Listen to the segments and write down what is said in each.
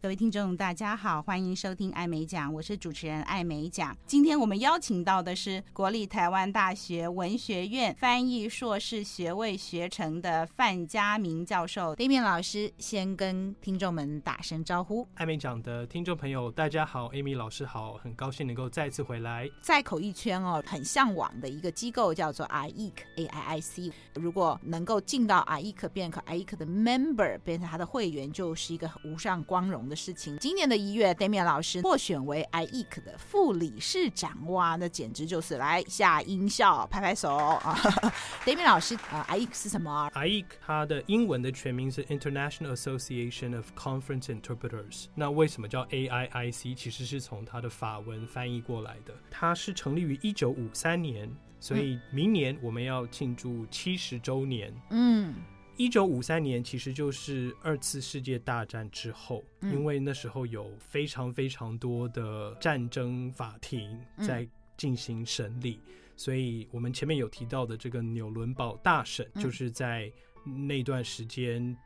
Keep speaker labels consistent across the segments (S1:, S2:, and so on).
S1: 各位听众，大家好，欢迎收听艾美奖，我是主持人艾美奖。今天我们邀请到的是国立台湾大学文学院翻译硕士学位学成的范家明教授。对面老师先跟听众们打声招呼。
S2: 艾美奖的听众朋友，大家好，Amy 老师好，很高兴能够再次回来。
S1: 在口译圈哦，很向往的一个机构叫做 IEC A I I C。如果能够进到 IEC，变成 IEC 的 member，变成他的会员，就是一个无上光荣的事情。今年的一月，Damian 老师获选为 IEC 的副理事长，哇，那简直就是来下音效，拍拍手 啊！Damian 老师啊、i e c 是什么啊？
S2: IEC 它的英文的全名是 International Association of Conference Interpreters。那为什么叫 AIIC？其实是从它的法文翻译过来的。它是成立于一九五三年，所以明年我们要庆祝七十周年。
S1: 嗯
S2: 一九五三年其实就是二次世界大战之后，
S1: 嗯
S2: 因为那时候有非常非常多的战争法庭
S1: 嗯
S2: 在进行审理，所以我们前面有提到的这个纽伦堡大审
S1: 嗯
S2: 就是在那段时间。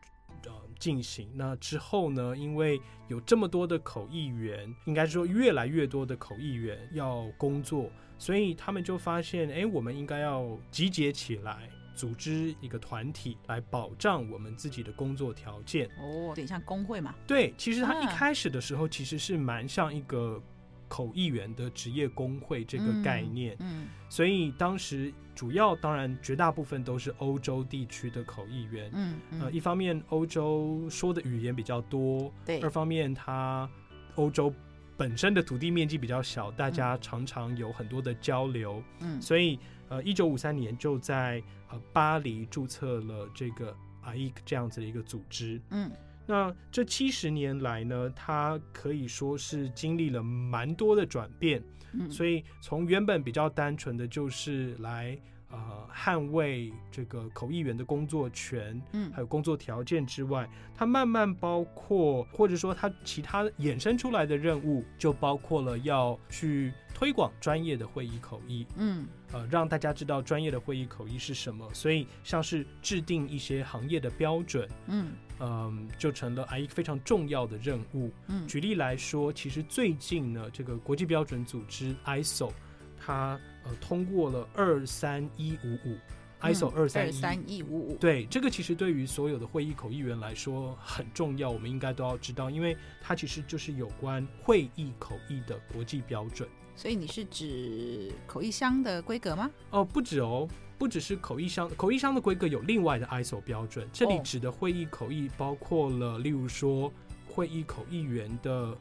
S2: 呃，进行那之后呢？因为有这么多的口译员，应该说越来越多的口译员要工作，所以他们就发现，哎，我们应该要集结起来，组织一个团体来保障我们自己的工作条件。
S1: 哦，有点像工会嘛。
S2: 对，其实它
S1: 啊
S2: 一开始的时候其实是蛮像一个口译员的职业工会这个概念，
S1: 嗯
S2: 所以当时主要当然绝大部分都是欧洲地区的口译员。
S1: 嗯嗯，
S2: 呃，一方面欧洲说的语言比较多，
S1: 对
S2: 二，方面，它欧洲本身的土地面积比较小，大家常常有很多的交流，
S1: 嗯
S2: 所以呃，一九五三年就在呃巴黎注册了这个 IEC 这样子的一个组织。
S1: 嗯
S2: 那这七十年来呢，它可以说是经历了蛮多的转变，
S1: 嗯，
S2: 所以从原本比较单纯的就是来呃捍卫这个口译员的工作权，
S1: 嗯
S2: 还有工作条件之外，它慢慢包括，或者说它其他衍生出来的任务，就包括了要去推广专业的会议口译，
S1: 嗯
S2: 呃，让大家知道专业的会议口译是什么。所以像是制定一些行业的标准，
S1: 嗯
S2: 嗯、就成了 IE 非常重要的任务。
S1: 嗯
S2: 举例来说，其实最近呢，这个国际标准组织 ISO，它呃通过了二三一五五，ISO 二三
S1: 二
S2: 一
S1: 嗯三一五五，
S2: 对，这个其实对于所有的会议口译员来说很重要，我们应该都要知道，因为它其实就是有关会议口译的国际标准。
S1: 所以你是指口译箱的规格吗？
S2: 哦，不止哦，不只是口译商，口译商的规格有另外的 ISO 标准，这里
S1: 哦
S2: 指的会议口译包括了，例如说会议口译员的，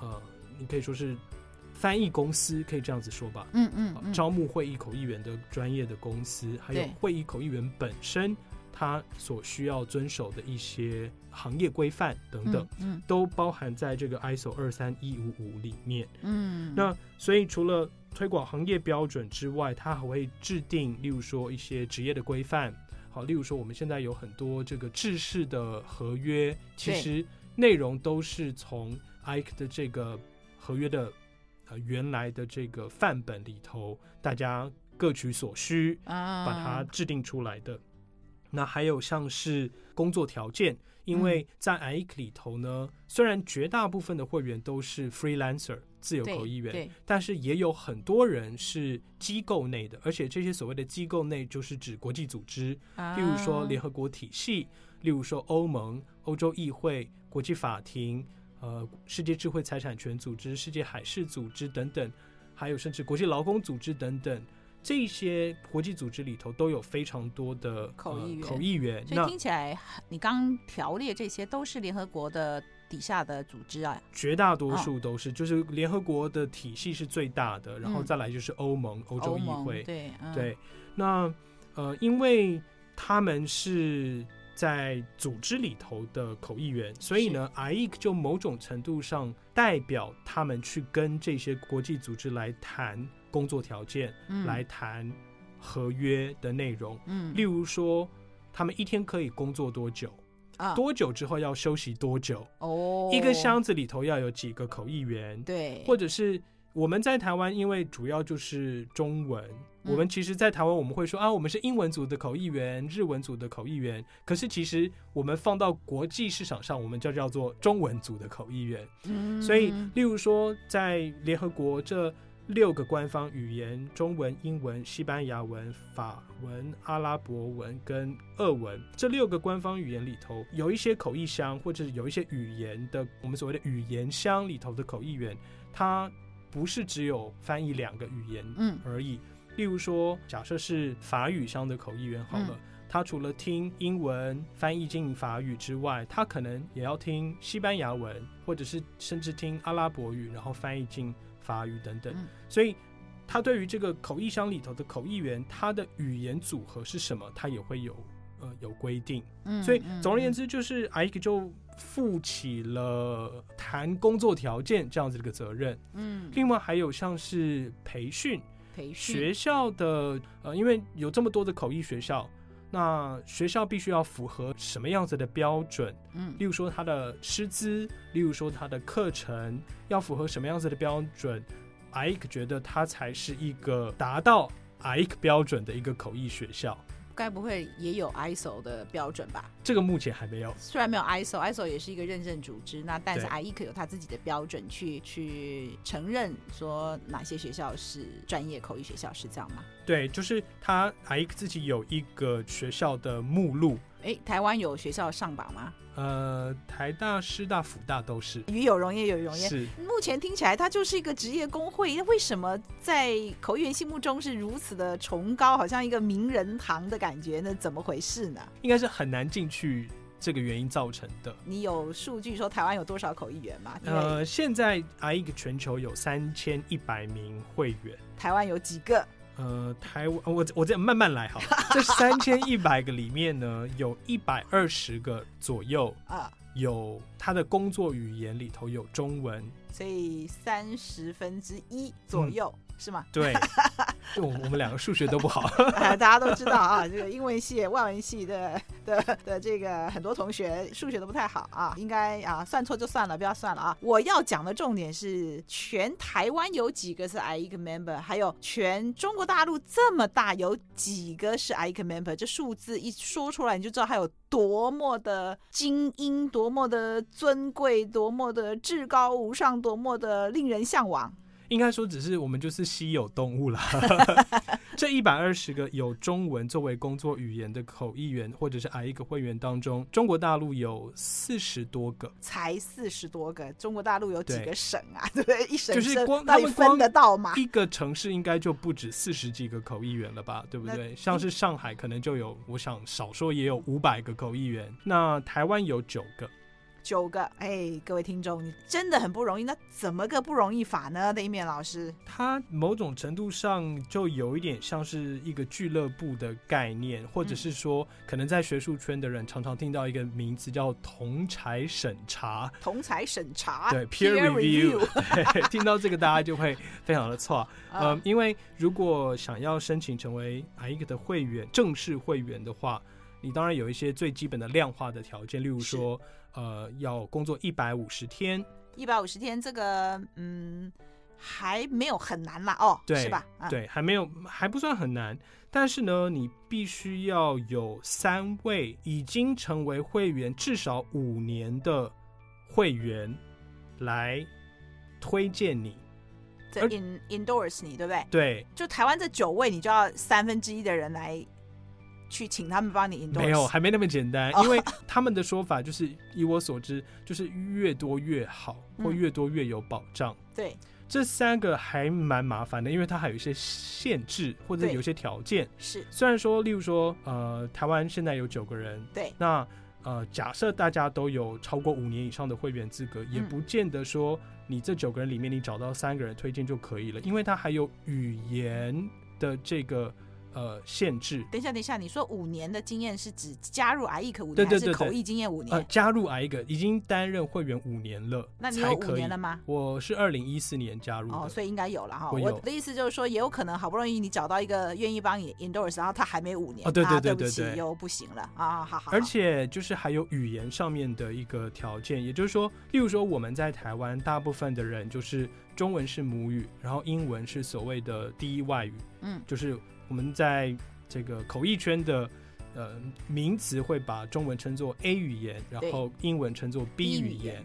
S2: 呃，你可以说是翻译公司，可以这样子说吧。
S1: 嗯嗯
S2: 呃
S1: 嗯，
S2: 招募会议口译员的专业的公司，还有
S1: 对
S2: 会议口译员本身他所需要遵守的一些行业规范等等，
S1: 嗯
S2: 都包含在这个 ISO 二三一五五里面。
S1: 嗯，
S2: 那所以除了推广行业标准之外，它还会制定，例如说一些职业的规范。好，例如说我们现在有很多这个制式的合约，其
S1: 对
S2: 实内容都是从 IKE 的这个合约的呃原来的这个范本里头，大家各取所需，
S1: 啊，
S2: 把它制定出来的。啊那还有像是工作条件，因为在 IKE 里头呢，虽然绝大部分的会员都是 freelancer 自由
S1: 对
S2: 口译员，
S1: 对，
S2: 但是也有很多人是机构内的，而且这些所谓的机构内就是指国际组织，
S1: 譬
S2: 例如说联合国体系，例如说欧盟、欧洲议会、国际法庭、呃世界智慧财产权组织、世界海事组织等等，还有甚至国际劳工组织等等。这些国际组织里头都有非常多的
S1: 口译员
S2: 呃、口译员，
S1: 所以
S2: 那
S1: 听起来你刚条列这些都是联合国的底下的组织啊，
S2: 绝大多数都是，就是联合国的体系是最大的，然后
S1: 嗯
S2: 再来就是欧盟、欧洲
S1: 欧
S2: 议
S1: 盟
S2: 会，
S1: 对嗯
S2: 对，那呃，因为他们是在组织里头的口译员，所以呢，IEC 就某种程度上代表他们去跟这些国际组织来谈工作条件，
S1: 嗯
S2: 来谈合约的内容。
S1: 嗯
S2: 例如说，他们一天可以工作多久？
S1: 啊
S2: 多久之后要休息多久，
S1: 哦，
S2: 一个箱子里头要有几个口译员，
S1: 对，
S2: 或者是我们在台湾，因为主要就是中文，我们其实，在台湾我们会说啊，我们是英文组的口译员，日文组的口译员，可是其实我们放到国际市场上，我们就叫做中文组的口译员。
S1: 嗯
S2: 所以，例如说，在联合国这六个官方语言——中文、英文、西班牙文、法文、阿拉伯文跟俄文这六个官方语言里头，有一些口译箱，或者有一些语言的我们所谓的语言箱里头的口译员，它不是只有翻译两个语言
S1: 嗯
S2: 而已。例如说，假设是法语箱的口译员好了。
S1: 嗯
S2: 他除了听英文翻译进法语之外，他可能也要听西班牙文，或者是甚至听阿拉伯语，然后翻译进法语等等。
S1: 嗯
S2: 所以，他对于这个口译箱里头的口译员，他的语言组合是什么，他也会有呃有规定。
S1: 嗯
S2: 所以
S1: 嗯
S2: 总而言
S1: 嗯
S2: 之，就是艾克就负起了谈工作条件这样子的一个责任。
S1: 嗯，
S2: 另外还有像是培训，
S1: 培训
S2: 学校的呃，因为有这么多的口译学校，那学校必须要符合什么样子的标准？
S1: 嗯
S2: 例如说它的师资，例如说它的课程要符合什么样子的标准？Ike 觉得它才是一个达到 Ike 标准的一个口译学校。
S1: 该不会也有 ISO 的标准吧？
S2: 这个目前还没有，
S1: 虽然没有 ISO，ISO 也是一个认证组织，那但是
S2: 对
S1: IEC 有他自己的标准去去承认说哪些学校是专业口语学校，是这样吗？
S2: 对，就是他 Ike 自己有一个学校的目录，
S1: 诶，台湾有学校上榜吗？
S2: 呃，台大、师大、辅大都是，
S1: 与有荣也有荣焉。
S2: 是
S1: 目前听起来，它就是一个职业工会，那为什么在口译员心目中是如此的崇高，好像一个名人堂的感觉呢？怎么回事呢？
S2: 应该是很难进去这个原因造成的。
S1: 你有数据说台湾有多少口译员吗？因为
S2: 呃，现在 IEC 全球有三千一百名会员。
S1: 台湾有几个？
S2: 呃，台湾，我我这样慢慢来好了。这三千一百个里面呢，有一百二十个左右
S1: 啊，
S2: 有他的工作语言里头有中文。
S1: 所以三十分之一
S2: 嗯
S1: 左右、是吗？
S2: 对，我我们两个数学都不好。
S1: 啊，大家都知道啊，这个英文系、外文系的的的这个很多同学数学都不太好啊，应该啊算错就算了，不要算了啊。我要讲的重点是，全台湾有几个是 IEC member，还有全中国大陆这么大有几个是 IEC member，这数字一说出来你就知道它有多么的精英，多么的尊贵，多么的至高无上，多么的令人向往。
S2: 应该说，只是我们就是稀有动物啦。这一百二十个有中文作为工作语言的口译员或者是 IEC 会员当中，中国大陆有四十多个。
S1: 才四十多个，中国大陆有几
S2: 对
S1: 个省啊？ 对不对？一省
S2: 就是
S1: 省
S2: 光
S1: 到
S2: 他
S1: 底
S2: 们
S1: 分
S2: 光
S1: 得到吗？
S2: 一个城市应该就不止四十几个口译员了吧，对不对？像是上海可能就有，我想少说也有五百个口译员。那台湾有九个，
S1: 九个，哎，各位听众，你真的很不容易。那怎么个不容易法呢？的一面老师，
S2: 它某种程度上就有一点像是一个俱乐部的概念，或者是说，可能在学术圈的人常常听到一个名字叫“同柴审查
S1: 同才审”，查，
S2: 对 peer review，对听到这个大家就会非常的错。
S1: 啊
S2: 嗯，因为如果想要申请成为 IEC 的会员，正式会员的话，你当然有一些最基本的量化的条件，例如说，呃，要工作一百五十天，
S1: 一百五十天，这个嗯，还没有很难啦，哦，
S2: 对
S1: 是吧？啊，
S2: 对，还没有还不算很难，但是呢，你必须要有三位已经成为会员至少五年的会员来推荐你，
S1: 这
S2: 而
S1: in endorse 你，对不对？
S2: 对，
S1: 就台湾这九位，你就要三分之一的人来去请他们帮你 endorse，
S2: 没有，啊还没那么简单，
S1: 哦
S2: 因为他们的说法就是，以我所知，就是越多越好，或
S1: 嗯
S2: 越多越有保障。
S1: 对，
S2: 这三个还蛮麻烦的，因为它还有一些限制或者
S1: 对
S2: 有一些条件。
S1: 是，
S2: 虽然说，例如说，呃，台湾现在有九个人，
S1: 对，
S2: 那呃，假设大家都有超过五年以上的会员资格，也
S1: 嗯
S2: 不见得说你这九个人里面你找到三个人推荐就可以了，因为它还有语言的这个呃限制。
S1: 等一下，等一下，你说五年的经验是指加入 IEC 五年，
S2: 对对
S1: 还
S2: 对
S1: 是
S2: 对
S1: 口译经验五年？
S2: 呃，加入 i 一个已经担任会员五年了，
S1: 那你
S2: 才
S1: 有五
S2: 可以
S1: 年了吗？
S2: 我是二零一四年加入的，
S1: 哦，所以应该有了哈。
S2: 我
S1: 我
S2: 有
S1: 的意思就是说，也有可能好不容易你找到一个愿意帮你 endorse，然后他还没五年，
S2: 哦对对
S1: 啊
S2: 对
S1: 不
S2: 对
S1: 起
S2: 对
S1: 又不行了啊，好好。
S2: 而且就是还有语言上面的一个条件，也就是说，例如说我们在台湾，大部分的人就是中文是母语，然后英文是所谓的第一外语，
S1: 嗯
S2: 就是我们在这个口译圈的。呃，名词会把中文称作 A 语言，然
S1: 对
S2: 后英文称作
S1: B
S2: B
S1: 语
S2: 语
S1: 言
S2: 言。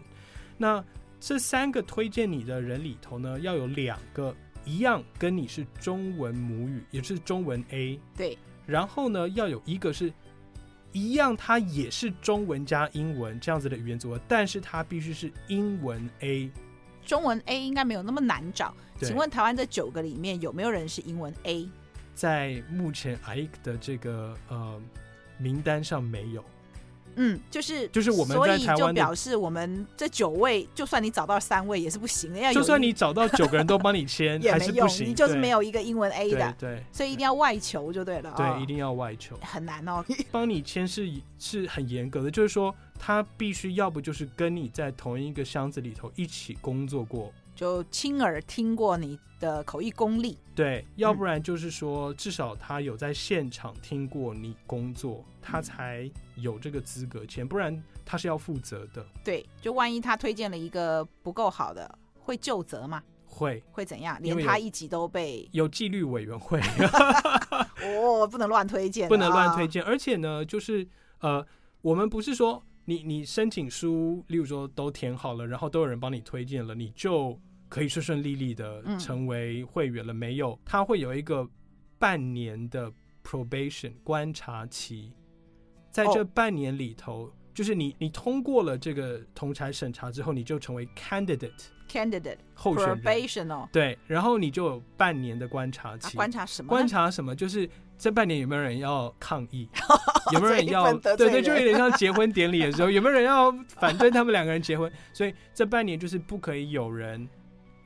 S2: 那这三个推荐你的人里头呢，要有两个一样跟你是中文母语，也是中文 A，
S1: 对
S2: 然后呢，要有一个是一样，它也是中文加英文这样子的语言组合，但是它必须是英文 A。
S1: 中文 A 应该没有那么难找。
S2: 对
S1: 请问台湾这九个里面有没有人是英文 A？
S2: 在目前 IEC E 的这个呃名单上没有，
S1: 嗯，就是
S2: 就是我们
S1: 所
S2: 在
S1: 以
S2: 台
S1: 就
S2: 湾的
S1: 表示我们这九位，就算你找到三位也是不行的，要有
S2: 就算
S1: 一
S2: 你找到九个人都帮你 签，
S1: 也
S2: 还
S1: 没
S2: 是
S1: 用
S2: 不，行，
S1: 你就是
S2: 对
S1: 没有一个英文 A 的，
S2: 对对
S1: 所以一定要外求就对了。哦
S2: 对，一定要外求。
S1: 很难哦。
S2: 帮你签是是很严格的，就是说他必须要不就是跟你在同一个箱子里头一起工作过，
S1: 就亲耳听过你的口译功力，
S2: 对，要不然就是说，至少他有在现场听过你工作，他才有这个资格签，不然他是要负责的。
S1: 对，就万一他推荐了一个不够好的，会就责吗？
S2: 会
S1: 会怎样？
S2: 因
S1: 连
S2: 为有
S1: 他一级都被
S2: 有纪律委员会，
S1: 哦，不能乱推荐，啊
S2: 不能乱推
S1: 荐。
S2: 荐。而且呢，就是呃，我们不是说你你申请书，例如说都填好了，然后都有人帮你推荐了，你就可以顺顺利利的
S1: 嗯
S2: 成为会员了。没有，他会有一个半年的 probation 观察期，在这
S1: 哦
S2: 半年里头。就是你，你通过了这个同才审查之后，你就成为 candidate
S1: Candidate
S2: 候选人，
S1: probation 哦，
S2: 对，然后你就有半年的观察
S1: 啊
S2: 期。
S1: 观察什么呢？
S2: 观察什么？就是这半年有没有人要抗 议，有没有人
S1: 所
S2: 要
S1: 以不能得
S2: 对
S1: 罪
S2: 对，就有
S1: 人
S2: 点像结婚典礼的时候，有没有人要反对他们两个人结婚？所以这半年就是不可以有人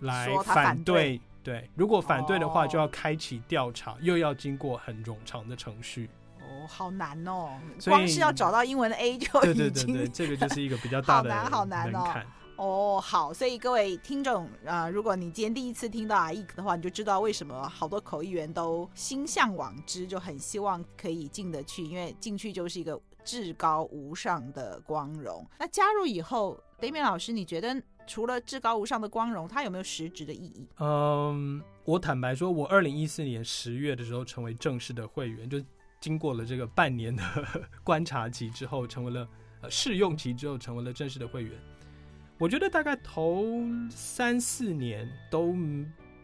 S2: 来
S1: 说他
S2: 反
S1: 反对
S2: 对，如果反对的话，
S1: 哦
S2: 就要开启调查，又要经过很冗长的程序。
S1: 哦，好难哦，
S2: 所以
S1: 光是要找到英文的 A 就
S2: 对
S1: 哦已
S2: 对对
S1: 经
S2: 对，这个就是一个比较大的
S1: 好难好难
S2: 门
S1: 哦
S2: 槛。
S1: 哦，好，所以各位听众啊、呃如果你今天第一次听到阿 e 的话，你就知道为什么好多口译员都心向往之，就很希望可以进得去，因为进去就是一个至高无上的光荣。那加入以后，雷冕老师，你觉得除了至高无上的光荣，它有没有实质的意义？
S2: 嗯，我坦白说，我二零一四年十月的时候成为正式的会员，就经过了这个半年的观察期之后，成为了呃试用期之后，成为了正式的会员。我觉得大概头三四年都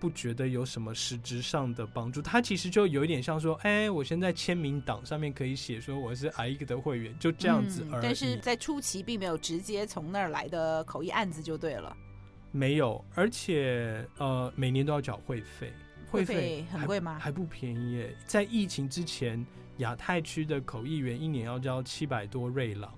S2: 不觉得有什么实质上的帮助，它其实就有一点像说，哎，我现在签名档上面可以写说我是 i e 的会员，就这样子
S1: 嗯
S2: 而已。
S1: 但是在初期并没有直接从那儿来的口译案子就对了，
S2: 没有，而且呃，每年都要缴会费，
S1: 会
S2: 费
S1: 费很
S2: 还
S1: 贵吗
S2: 还不便宜耶。在疫情之前，亚太区的口译员一年要交七百多瑞郎，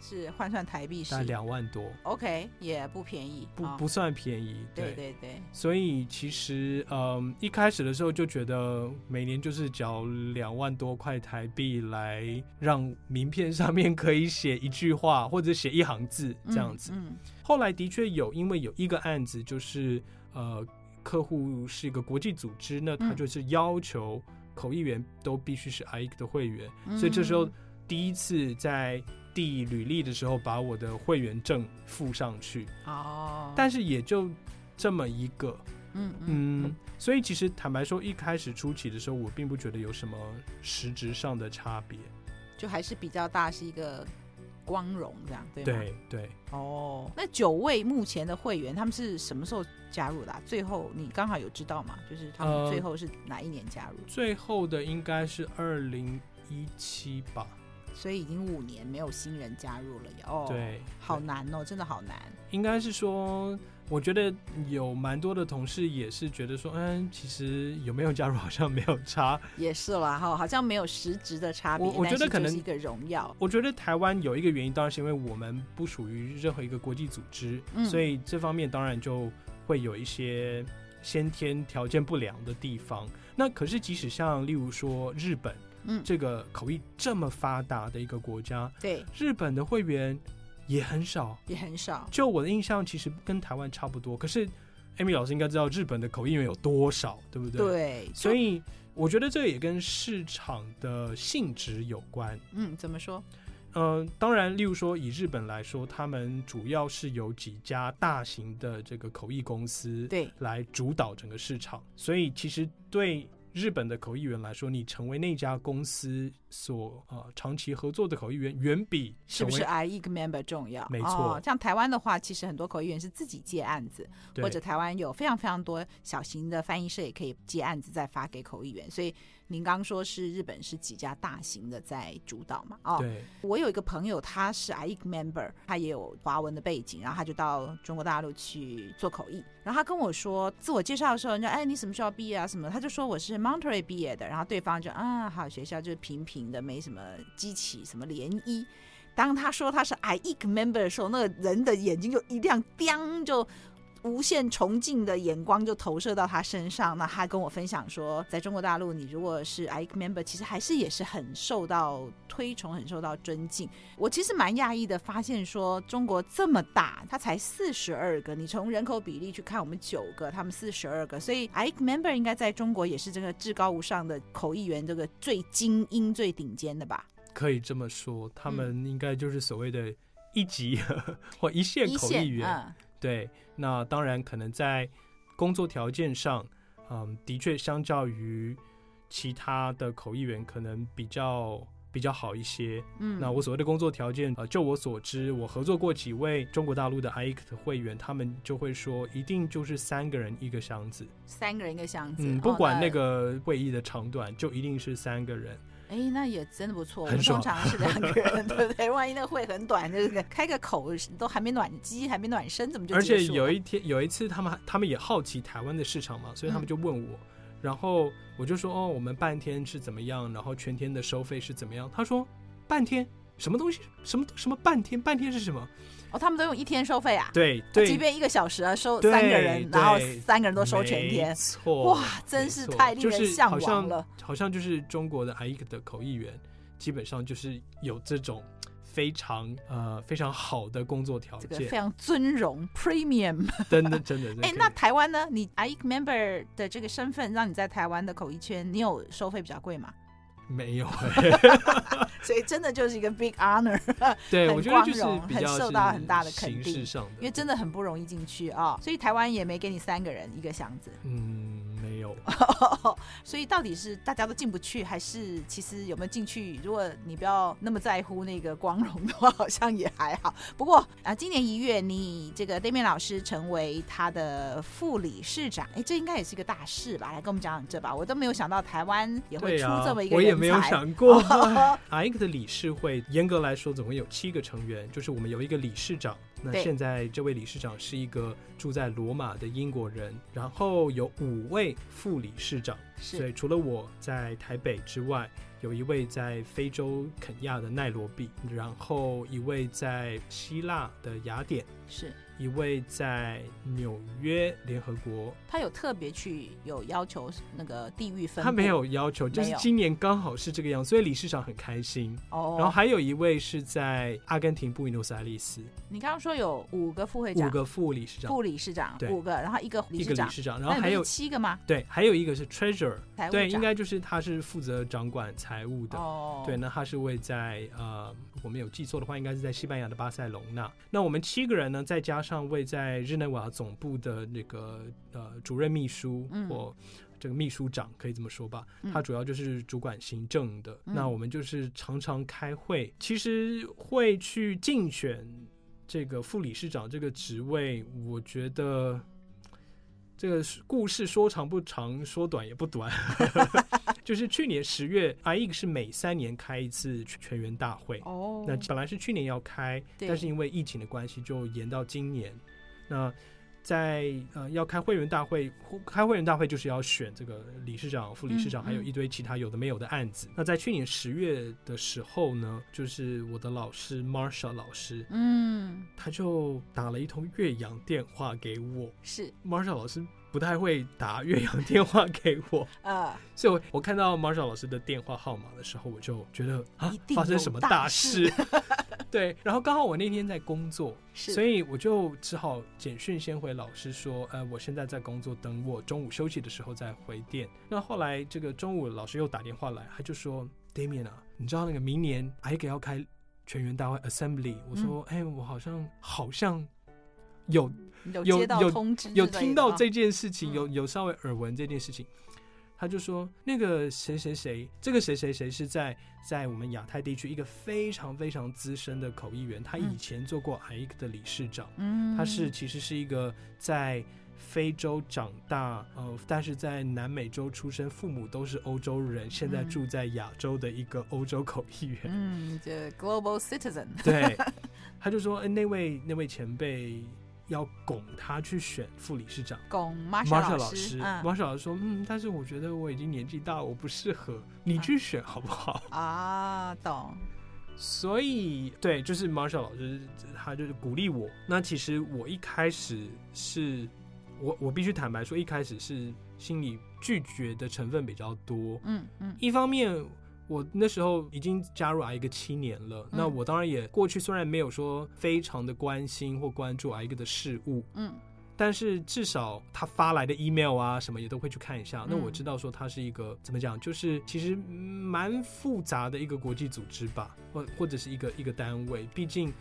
S1: 是换算台币
S2: 大概
S1: 是
S2: 两万多，
S1: OK，也不便宜，
S2: 不
S1: 啊
S2: 不算便宜。
S1: 对对对，
S2: 所以其实，嗯，一开始的时候就觉得每年就是缴两万多块台币来让名片上面可以写一句话或者写一行字这样子。
S1: 嗯，嗯
S2: 后来的确有，因为有一个案子就是呃，客户是一个国际组织，那他
S1: 嗯
S2: 就是要求口译员都必须是 IEC 的会员，所以这时候
S1: 嗯
S2: 第一次在递履历的时候把我的会员证附上去，
S1: 哦，
S2: 但是也就这么一个，
S1: 嗯
S2: 嗯，所以其实坦白说，一开始初期的时候，我并不觉得有什么实质上的差别，
S1: 就还是比较大，是一个光荣这样，对吗？
S2: 对对。
S1: 哦，那九位目前的会员他们是什么时候加入的啊、最后你刚好有知道吗？就是他们
S2: 呃
S1: 最后是哪一年加入？
S2: 最后的应该是二零一七吧，
S1: 所以已经五年没有新人加入了耶。哦，，
S2: 对，
S1: 好
S2: 对
S1: 难哦，真的好难。
S2: 应该是说，我觉得有蛮多的同事也是觉得说，嗯，其实有没有加入好像没有差。
S1: 也是啦，哈，好像没有实质的差别，
S2: 我我觉得
S1: 但是
S2: 可能
S1: 就是一个荣耀。
S2: 我觉得台湾有一个原因，当然是因为我们不属于任何一个国际组织，
S1: 嗯
S2: 所以这方面当然就会有一些先天条件不良的地方。那可是即使像例如说日本
S1: 嗯，
S2: 这个口译这么发达的一个国家，
S1: 对，
S2: 日本的会员也很少。
S1: 也很少。
S2: 就我的印象，其实跟台湾差不多。可是 Amy 老师应该知道日本的口译员有多少，对不对？。
S1: 对，
S2: 所
S1: 以
S2: 以我觉得这也跟市场的性质有关。
S1: 嗯，怎么说？
S2: 嗯，当然，例如说以日本来说，他们主要是由几家大型的这个口译公司
S1: 对，
S2: 来主导整个市场，所以其实对日本的口译员来说，你成为那家公司所呃长期合作的口译员，远比
S1: 是
S2: 成
S1: 不
S2: 为
S1: 是 I E 个 member 重要？
S2: 没错
S1: 哦像台湾的话，其实很多口译员是自己接案子，
S2: 对
S1: 或者台湾有非常非常多小型的翻译社也可以接案子再发给口译员。所以您刚说是日本是几家大型的在主导嘛？哦，
S2: 对
S1: 我有一个朋友，他是 IEC member，他也有华文的背景，然后他就到中国大陆去做口译。然后他跟我说，自我介绍的时候，人家哎你什么学校毕业啊什么的，他就说我是 Monterey 毕业的，然后对方就啊好学校就是平平的，没什么激起什么涟漪。当他说他是 IEC member 的时候，那个人的眼睛就一 亮，叮就。无限崇敬的眼光就投射到他身上。那他跟我分享说，在中国大陆，你如果是 IEC member，其实还是也是很受到推崇、很受到尊敬。我其实蛮讶异的，发现说中国这么大，它才四十二个。你从人口比例去看，我们九个，他们四十二个，所以 IEC member 应该在中国也是这个至高无上的口译员，这个最精英、最顶尖的吧？
S2: 可以这么说，他们应该就是所谓的一级 或一线
S1: 一
S2: 口译
S1: 线，
S2: 员。
S1: 嗯，
S2: 对，那当然可能在工作条件上，嗯，的确相较于其他的口译员可能比较比较好一些。
S1: 嗯
S2: 那我所谓的工作条件，呃，就我所知，我合作过几位中国大陆的 IEC 的会员，他们就会说，一定就是三个人一个箱子，
S1: 三个人一个箱子，
S2: 嗯，
S1: 哦
S2: 不管那。个会议的长短，就一定是三个人。
S1: 哎，那也真的不错。我
S2: 很
S1: 们通
S2: 爽
S1: 常是 两个人，对不对？万一那个会很短，就是开个口都还没暖机，还没暖身，怎么就
S2: 而且
S1: 结束了
S2: 有一天有一次，他们他们也好奇台湾的市场嘛，所以他
S1: 嗯
S2: 们就问我，然后我就说哦，我们半天是怎么样，然后全天的收费是怎么样？他说半天什么东西，什么什么半天，半天是什么？
S1: 哦，他们都用一天收费啊？
S2: 对
S1: 即
S2: 对，
S1: 便一个小时啊，收
S2: 对
S1: 三个人，然后
S2: 对
S1: 三个人都收全
S2: 没
S1: 天，
S2: 错，
S1: 哇，真是
S2: 没错
S1: 太令
S2: 就
S1: 人
S2: 是
S1: 向
S2: 好
S1: 往
S2: 像
S1: 了。
S2: 好像就是中国的 IEC 的口译员，基本上就是有这种非常呃非常好的工作条
S1: 这个
S2: 件
S1: 非，常尊荣 premium。
S2: 真的真的。真的
S1: 哎，那台湾呢？你 IEC member 的这个身份，让你在台湾的口译圈，你有收费比较贵吗？
S2: 没有哎、
S1: 所以真的就是一个 big honor，
S2: 对
S1: 很
S2: 我觉得就是
S1: 光荣
S2: 比
S1: 很
S2: 较
S1: 受
S2: 是
S1: 到很大的肯
S2: 形
S1: 定
S2: 式上的，
S1: 因为真的很不容易进去啊、所以台湾也没给你三个人一个箱子，
S2: 嗯没有。
S1: 所以到底是大家都进不去，还是其实有没有进去？如果你不要那么在乎那个光荣的话， 好像也还好。不过啊、今年一月，你这个对面老师成为他的副理事长，哎，这应该也是一个大事吧？来跟我们讲讲这吧，我都没有想到台湾也会
S2: 对
S1: 出
S2: 啊
S1: 这么一个人才。哦
S2: 我也没有 想过。IEC 的理事会严格来说总共有七个成员，就是我们有一个理事长。那
S1: 对
S2: 现在这位理事长是一个住在罗马的英国人，然后有五位副理事长，所
S1: 是
S2: 以除了我在台北之外，有一位在非洲肯亚的奈罗毕，然后一位在希腊的雅典，
S1: 是，
S2: 一位在纽约联合国
S1: 他有特别去有要求那个地域分布，
S2: 他没有要求，就
S1: 没
S2: 是
S1: 有
S2: 今年刚好是这个样，所以理事长很开心。
S1: 哦。
S2: 然后还有一位是在阿根廷布宜诺斯艾利斯，
S1: 你刚刚说有五个副会
S2: 五
S1: 长、
S2: 个副理事长，
S1: 副理事长
S2: 对
S1: 五个，然后一个理
S2: 一
S1: 事
S2: 个
S1: 长
S2: 理，事长，
S1: 那
S2: 然后
S1: 你
S2: 还
S1: 不是
S2: 有
S1: 七个吗？
S2: 对，还有一个是 treasurer，
S1: 财务
S2: 对，应
S1: 长
S2: 该就是他是负责掌管财务的。
S1: 哦，
S2: 对，那他是位在呃，我没有记错的话，应该是在西班牙的巴塞隆纳。那我们七个人呢，再加上位在日内瓦总部的那个呃主任秘书
S1: 嗯
S2: 或这个秘书长，可以这么说吧，
S1: 嗯
S2: 他主要就是主管行政的。
S1: 嗯
S2: 那我们就是常常开会，其实会去竞选这个副理事长这个职位，我觉得。这个故事说长不长，说短也不短， 就是去年十月，IEC 是每三年开一次全员大会。
S1: 哦，
S2: 那本来是去年要开，
S1: 对
S2: 但是因为疫情的关系，就延到今年。那在呃要开会员大会，呼开会员大会就是要选这个理事长、副理事长，
S1: 嗯
S2: 还有一堆其他有的没有的案子。那在去年十月的时候呢，就是我的老师 Marsha 老师，
S1: 嗯
S2: 他就打了一通岳阳电话给我。
S1: 是
S2: Marsha 老师不太会打岳阳电话给我，
S1: 呃，
S2: 所以我我看到 Marshall 老师的电话号码的时候，我就觉得啊
S1: 一，定
S2: 发生
S1: 有
S2: 什么
S1: 大
S2: 大事？ 对，然后刚好我那天在工作，
S1: 是，
S2: 所以我就只好简讯先回老师说，呃，我现在在工作，等我中午休息的时候再回电。那后来这个中午老师又打电话来，他就说，Damian 啊，你知道那个明年 i g 要开全员大会 Assembly，我说，
S1: 嗯
S2: 哎、我好像好像有
S1: 有
S2: 有
S1: 接到
S2: 有
S1: 通知之类的
S2: 有
S1: 啊，
S2: 听到这件事
S1: 嗯
S2: 情，有有稍微耳闻这件事情，他就说那个谁谁谁，这个谁谁谁是在在我们亚太地区一个非常非常资深的口译员，他以
S1: 嗯
S2: 前做过 IEC 的理事长，
S1: 嗯，
S2: 他是其实是一个在。非洲长大，呃，但是在南美洲出生，父母都是欧洲人，现在
S1: 嗯
S2: 住在亚洲的一个欧洲口译员。
S1: 嗯，这 global citizen，
S2: 对，他就说，哎、那位那位前辈要拱他去选副理事长。
S1: 龚 Marsha
S2: Marsha
S1: 老
S2: 老师
S1: 嗯
S2: ，Marsha 老师说，嗯，但是我觉得我已经年纪大了，我不适合，
S1: 嗯
S2: 你去选好不好？
S1: 啊，懂，
S2: 所以，对，就是 Marsha 老师，他就是鼓励我。那其实我一开始是，我我必须坦白说，一开始是心里拒绝的成分比较多。
S1: 嗯嗯
S2: 一方面，我那时候已经加入 I 一个七年了，那
S1: 嗯
S2: 我当然也过去虽然没有说非常的关心或关注 I 一个的事物，
S1: 嗯
S2: 但是至少他发来的 email 啊什么也都会去看一下。那
S1: 嗯
S2: 我知道说他是一个怎么讲，就是其实蛮复杂的一个国际组织吧，或或者是一个一个单位，毕竟。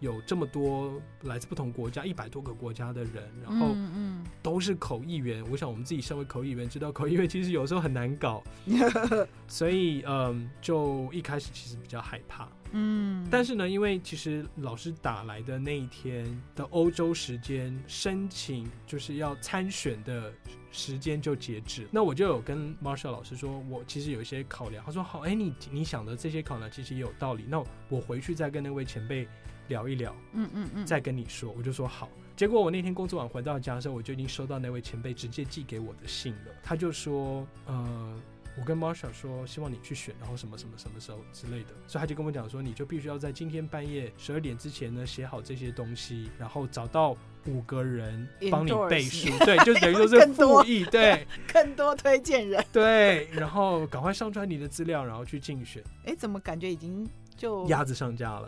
S2: 有这么多来自不同国家一百多个国家的人，然后
S1: 嗯
S2: 都是口译员。我想我们自己身为口译员，知道口译员其实有时候很难搞， 所以嗯，就一开始其实比较害怕。
S1: 嗯，
S2: 但
S1: 是
S2: 是呢，因为其实老师打来的那一天的欧洲时间申请就是要参选的时间就截止，那我就有跟 Marshall 老师说，我其实有一些考量。他说好，哎，你你想的这些考量其实也有道理，那我回去再跟那位前辈聊一聊，
S1: 嗯嗯嗯，
S2: 再跟你说。我就说好。结果我那天工作完回到家的时候，我就已经收到那位前辈直接寄给我的信了。他就说，呃，我跟 Marshall 说，希望你去选，然后什么什么什么时候之类的。所以他就跟我讲说，你就必须要在今天半夜十二点之前呢写好这些东西，然后找到五个人帮你
S1: Endorse
S2: 背书，对，就等于说是
S1: 更多
S2: 复议，对
S1: 更多推荐人，
S2: 对，然后赶快上传你的资料，然后去竞选，
S1: 哎，怎么感觉已经就
S2: 鸭子上架了，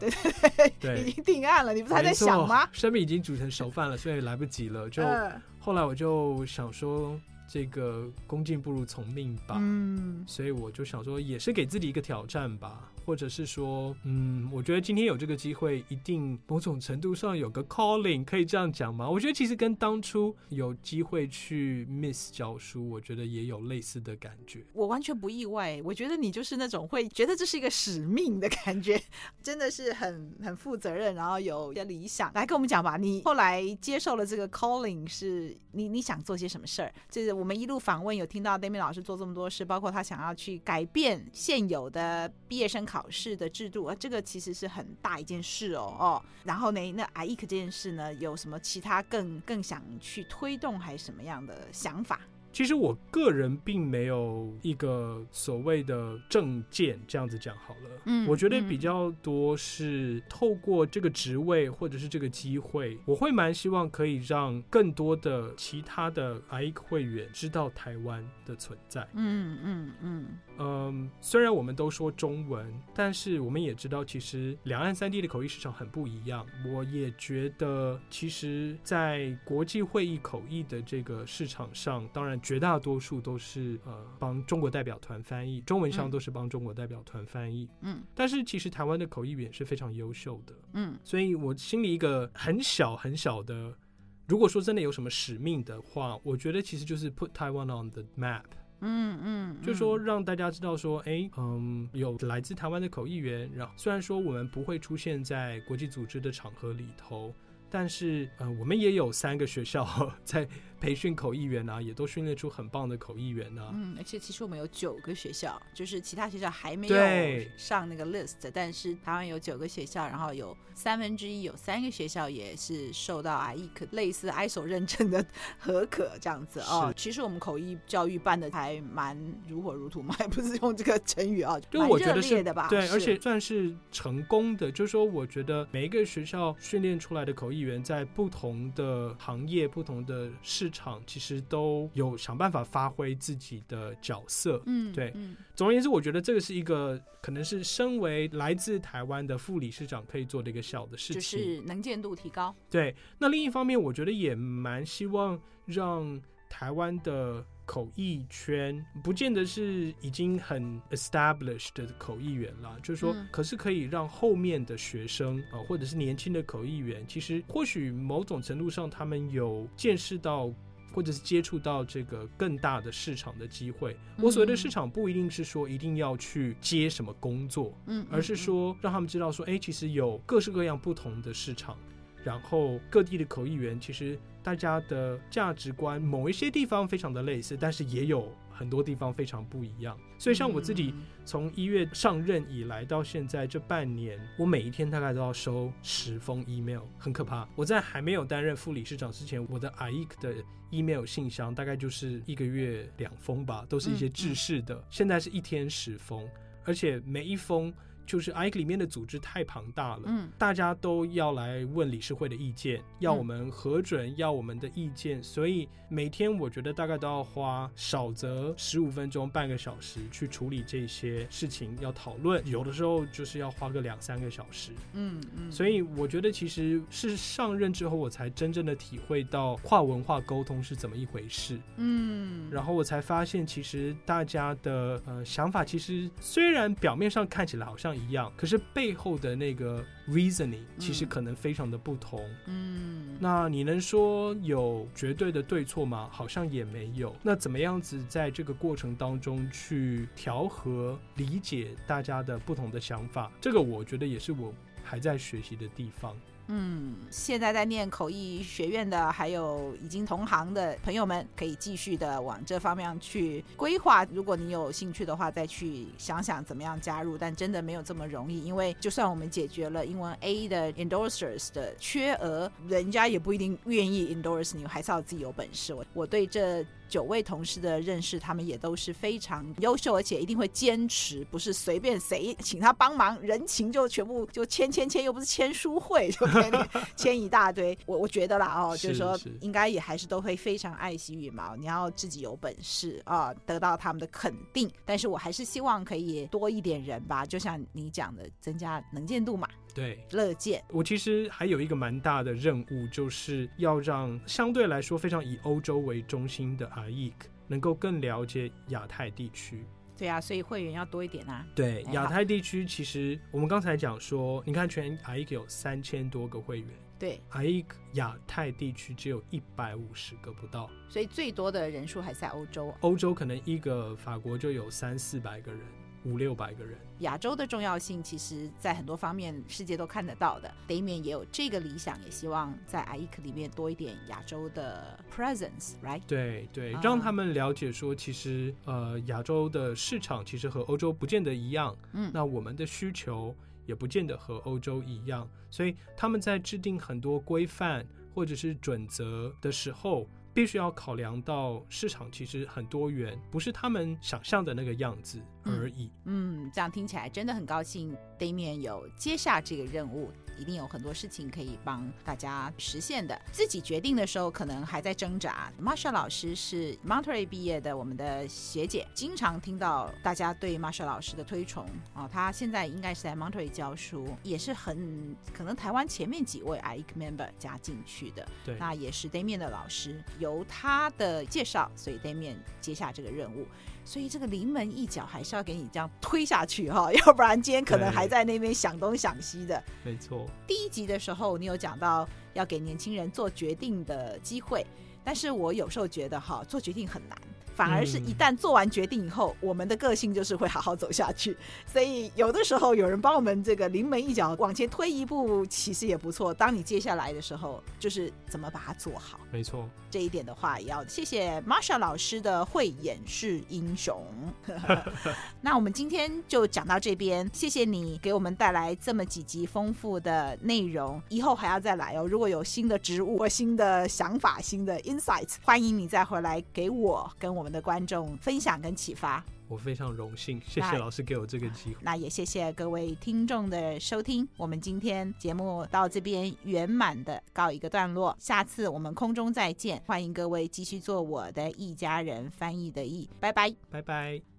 S2: 对
S1: 已经定案了？你哦 不是还在
S2: 没错
S1: 想吗？
S2: 生米已经煮成熟饭了，所以来不及了，就。
S1: 嗯
S2: 后来我就想说，这个恭敬不如从命吧，
S1: 嗯
S2: 所以我就想说，也是给自己一个挑战吧，或者是说，嗯，我觉得今天有这个机会，一定某种程度上有个 calling，可以这样讲吗？我觉得其实跟当初有机会去 Miss 教书，我觉得也有类似的感觉。
S1: 我完全不意外，我觉得你就是那种会觉得这是一个使命的感觉， 真的是很很负责任，然后有一些理想。来跟我们讲吧，你后来接受了这个 calling，是你你想做些什么事儿？就是我们一路访问有听到 d a m i n 老师做这么多事，包括他想要去改变现有的毕业生考试的制度，呃，这个其实是很大一件事哦哦。然后呢，那 IEC 这件事呢，有什么其他更更想去推动还是什么样的想法？
S2: 其实我个人并没有一个所谓的证件，这样子讲好了。
S1: 嗯
S2: 我觉得
S1: 嗯
S2: 比较多是透过这个职位或者是这个机会，我会蛮希望可以让更多的其他的 I 会员知道台湾的存在。
S1: 嗯嗯嗯
S2: 嗯，虽然我们都说中文，但是我们也知道，其实两岸三地的口译市场很不一样。我也觉得，其实，在国际会议口译的这个市场上，当然绝大多数都是呃帮中国代表团翻译，中文上
S1: 嗯
S2: 都是帮中国代表团翻译。
S1: 嗯
S2: 但是，其实台湾的口译员是非常优秀的，
S1: 嗯
S2: 所以我心里一个很小很小的，如果说真的有什么使命的话，我觉得其实就是 put Taiwan on the map。
S1: 嗯嗯，
S2: 就说啊
S1: 嗯
S2: 让大家知道说，哎，嗯，有来自台湾的口译员，然后虽然说我们不会出现在国际组织的场合里头，但是呃，我们也有三个学校在培训口译员啊，也都训练出很棒的口译员啊。
S1: 嗯，而且其实我们有九个学校，就是其他学校还没
S2: 对
S1: 有上那个 list，但是台湾有九个学校，然后有三分之一有三个学校也是受到 IEC 类似 ISO 认证的 合可这样子哦
S2: 是。
S1: 其实我们口译教育办的还蛮如火如荼嘛， 也不是用这个成语啊，
S2: 就
S1: 蛮
S2: 我觉得
S1: 热
S2: 是
S1: 烈的吧，
S2: 对，
S1: 是
S2: 而且算是成功的。就是说，我觉得每一个学校训练出来的口译员，在不同的行业、不同的市市场其实都有想办法发挥自己的角色。
S1: 嗯，
S2: 对
S1: 嗯
S2: 总而言之，我觉得这个是一个可能是身为来自台湾的副理事长可以做的一个小的事情。
S1: 就是能见度提高。
S2: 对，那另一方面，我觉得也蛮希望让台湾的口译圈，不见得是已经很 established 的口译员啦，就是说
S1: 嗯，
S2: 可是可以让后面的学生啊、呃或者是年轻的口译员，其实或许某种程度上，他们有见识到。或者是接触到这个更大的市场的机会。我所谓的市
S1: 嗯
S2: 场，不一定是说一定要去接什么工作，
S1: 嗯，
S2: 而是
S1: 嗯，
S2: 说让他们知道说，哎，其实有各式各样不同的市场，然后各地的口译员其实大家的价值观某一些地方非常的类似，但是也有很多地方非常不一样。所以像我自己
S1: 嗯
S2: 从一月上任以来到现在这半年，我每一天大概都要收十封 email，很可怕。我在还没有担任副理事长之前，我的 IEC 的 email 信箱大概就是一个月两封吧，都是一些制式的。现在是一天十封，而且每一封就是 IEC 里面的组织太庞大了。
S1: 嗯
S2: 大家都要来问理事会的意见，要
S1: 嗯
S2: 我们核准，要我们的意见，所以每天我觉得大概都要花少则十五分钟、半个小时去处理这些事情要讨论，有的时候就是要花个两三个小时。
S1: 嗯嗯，
S2: 所以我觉得其实是上任之后，我才真正的体会到跨文化沟通是怎么一回事。
S1: 嗯，
S2: 然后我才发现，其实大家的呃想法，其实虽然表面上看起来好像一样，可是背后的那个 reasoning 其实可能非常的不同。
S1: 嗯
S2: 那你能说有绝对的对错吗？好像也没有。那怎么样子在这个过程当中去调和、理解大家的不同的想法？这个我觉得也是我还在学习的地方。
S1: 嗯，现在在念口译学院的，还有已经同行的朋友们，可以继续的往这方面去规划。如果你有兴趣的话，再去想想怎么样加入。但真的没有这么容易，因为就算我们解决了英文 A 的 endorsers 的缺额，人家也不一定愿意 endorse 你，还是要自己有本事。我我对这。九位同事的认识，他们也都是非常优秀，而且一定会坚持，不是随便谁请他帮忙，人情就全部就签签签，又不是签书会，就给你 签一大堆。我我觉得啦，哦，就是
S2: 是
S1: 说
S2: 是
S1: 应该也还是都会非常爱惜羽毛，你要自己有本事啊、得到他们的肯定。但是我还是希望可以多一点人吧，就像你讲的，增加能见度嘛，
S2: 对，
S1: 乐见。
S2: 我其实还有一个蛮大的任务，就是要让相对来说非常以欧洲为中心的 IEC 能够更了解亚太地区。
S1: 对啊，所以会员要多一点啊。
S2: 对
S1: 哎
S2: 亚
S1: 好
S2: 太地区，其实我们刚才讲说，你看全 IEC 有三千多个会员
S1: 对，
S2: ，IEC 亚太地区只有一百五十个不到，
S1: 所以最多的人数还是在欧洲，啊
S2: 欧洲可能一个法国就有三四百个人，五六百个人。
S1: 亚洲的重要性，其实在很多方面世界都看得到的。北美也有这个理想，也希望在 IEC 里面多一点亚洲的 presence，right？
S2: 对对
S1: 啊，
S2: 让他们了解说，其实呃，亚洲的市场其实和欧洲不见得一样，
S1: 嗯
S2: 那我们的需求也不见得和欧洲一样，所以他们在制定很多规范或者是准则的时候。必须要考量到市场其实很多元，不是他们想象的那个样子而已。
S1: 嗯，这样听起来真的很高兴，Damian 有接下这个任务，一定有很多事情可以帮大家实现的。自己决定的时候，可能还在挣扎。Marsha 老师是 Monterey 毕业的，我们的学姐，经常听到大家对 Marsha 老师的推崇哦。她现在应该是在 Monterey 教书，也是很可能台湾前面几位 IEC member 加进去的。
S2: 对，
S1: 那也是 Damian 的老师，由他的介绍，所以 Damian 接下这个任务。所以这个临门一脚还是要给你这样推下去哈、 要不然今天可能还在那边想东想西的。
S2: 没错，
S1: 第一集的时候，你有讲到要给年轻人做决定的机会，但是我有时候觉得哈，做决定很难。反而是
S2: 嗯
S1: 一旦做完决定以后，我们的个性就是会好好走下去。所以有的时候有人帮我们这个临门一脚往前推一步，其实也不错。当你接下来的时候，就是怎么把它做好。
S2: 没错。
S1: 这一点的话，也要谢谢 Marsha 老师的慧眼是英雄。 那我们今天就讲到这边，谢谢你给我们带来这么几集丰富的内容，以后还要再来哦。如果有新的植物、新的想法、新的 insights，欢迎你再回来给我跟我们的观众分享跟启发。
S2: 我非常荣幸，谢
S1: 那
S2: 谢老师给我这个机会。
S1: 那也谢谢各位听众的收听，我们今天节目到这边圆满的告一个段落，下次我们空中再见，欢迎各位继续做我的一家人翻译的译，拜拜。
S2: 拜拜。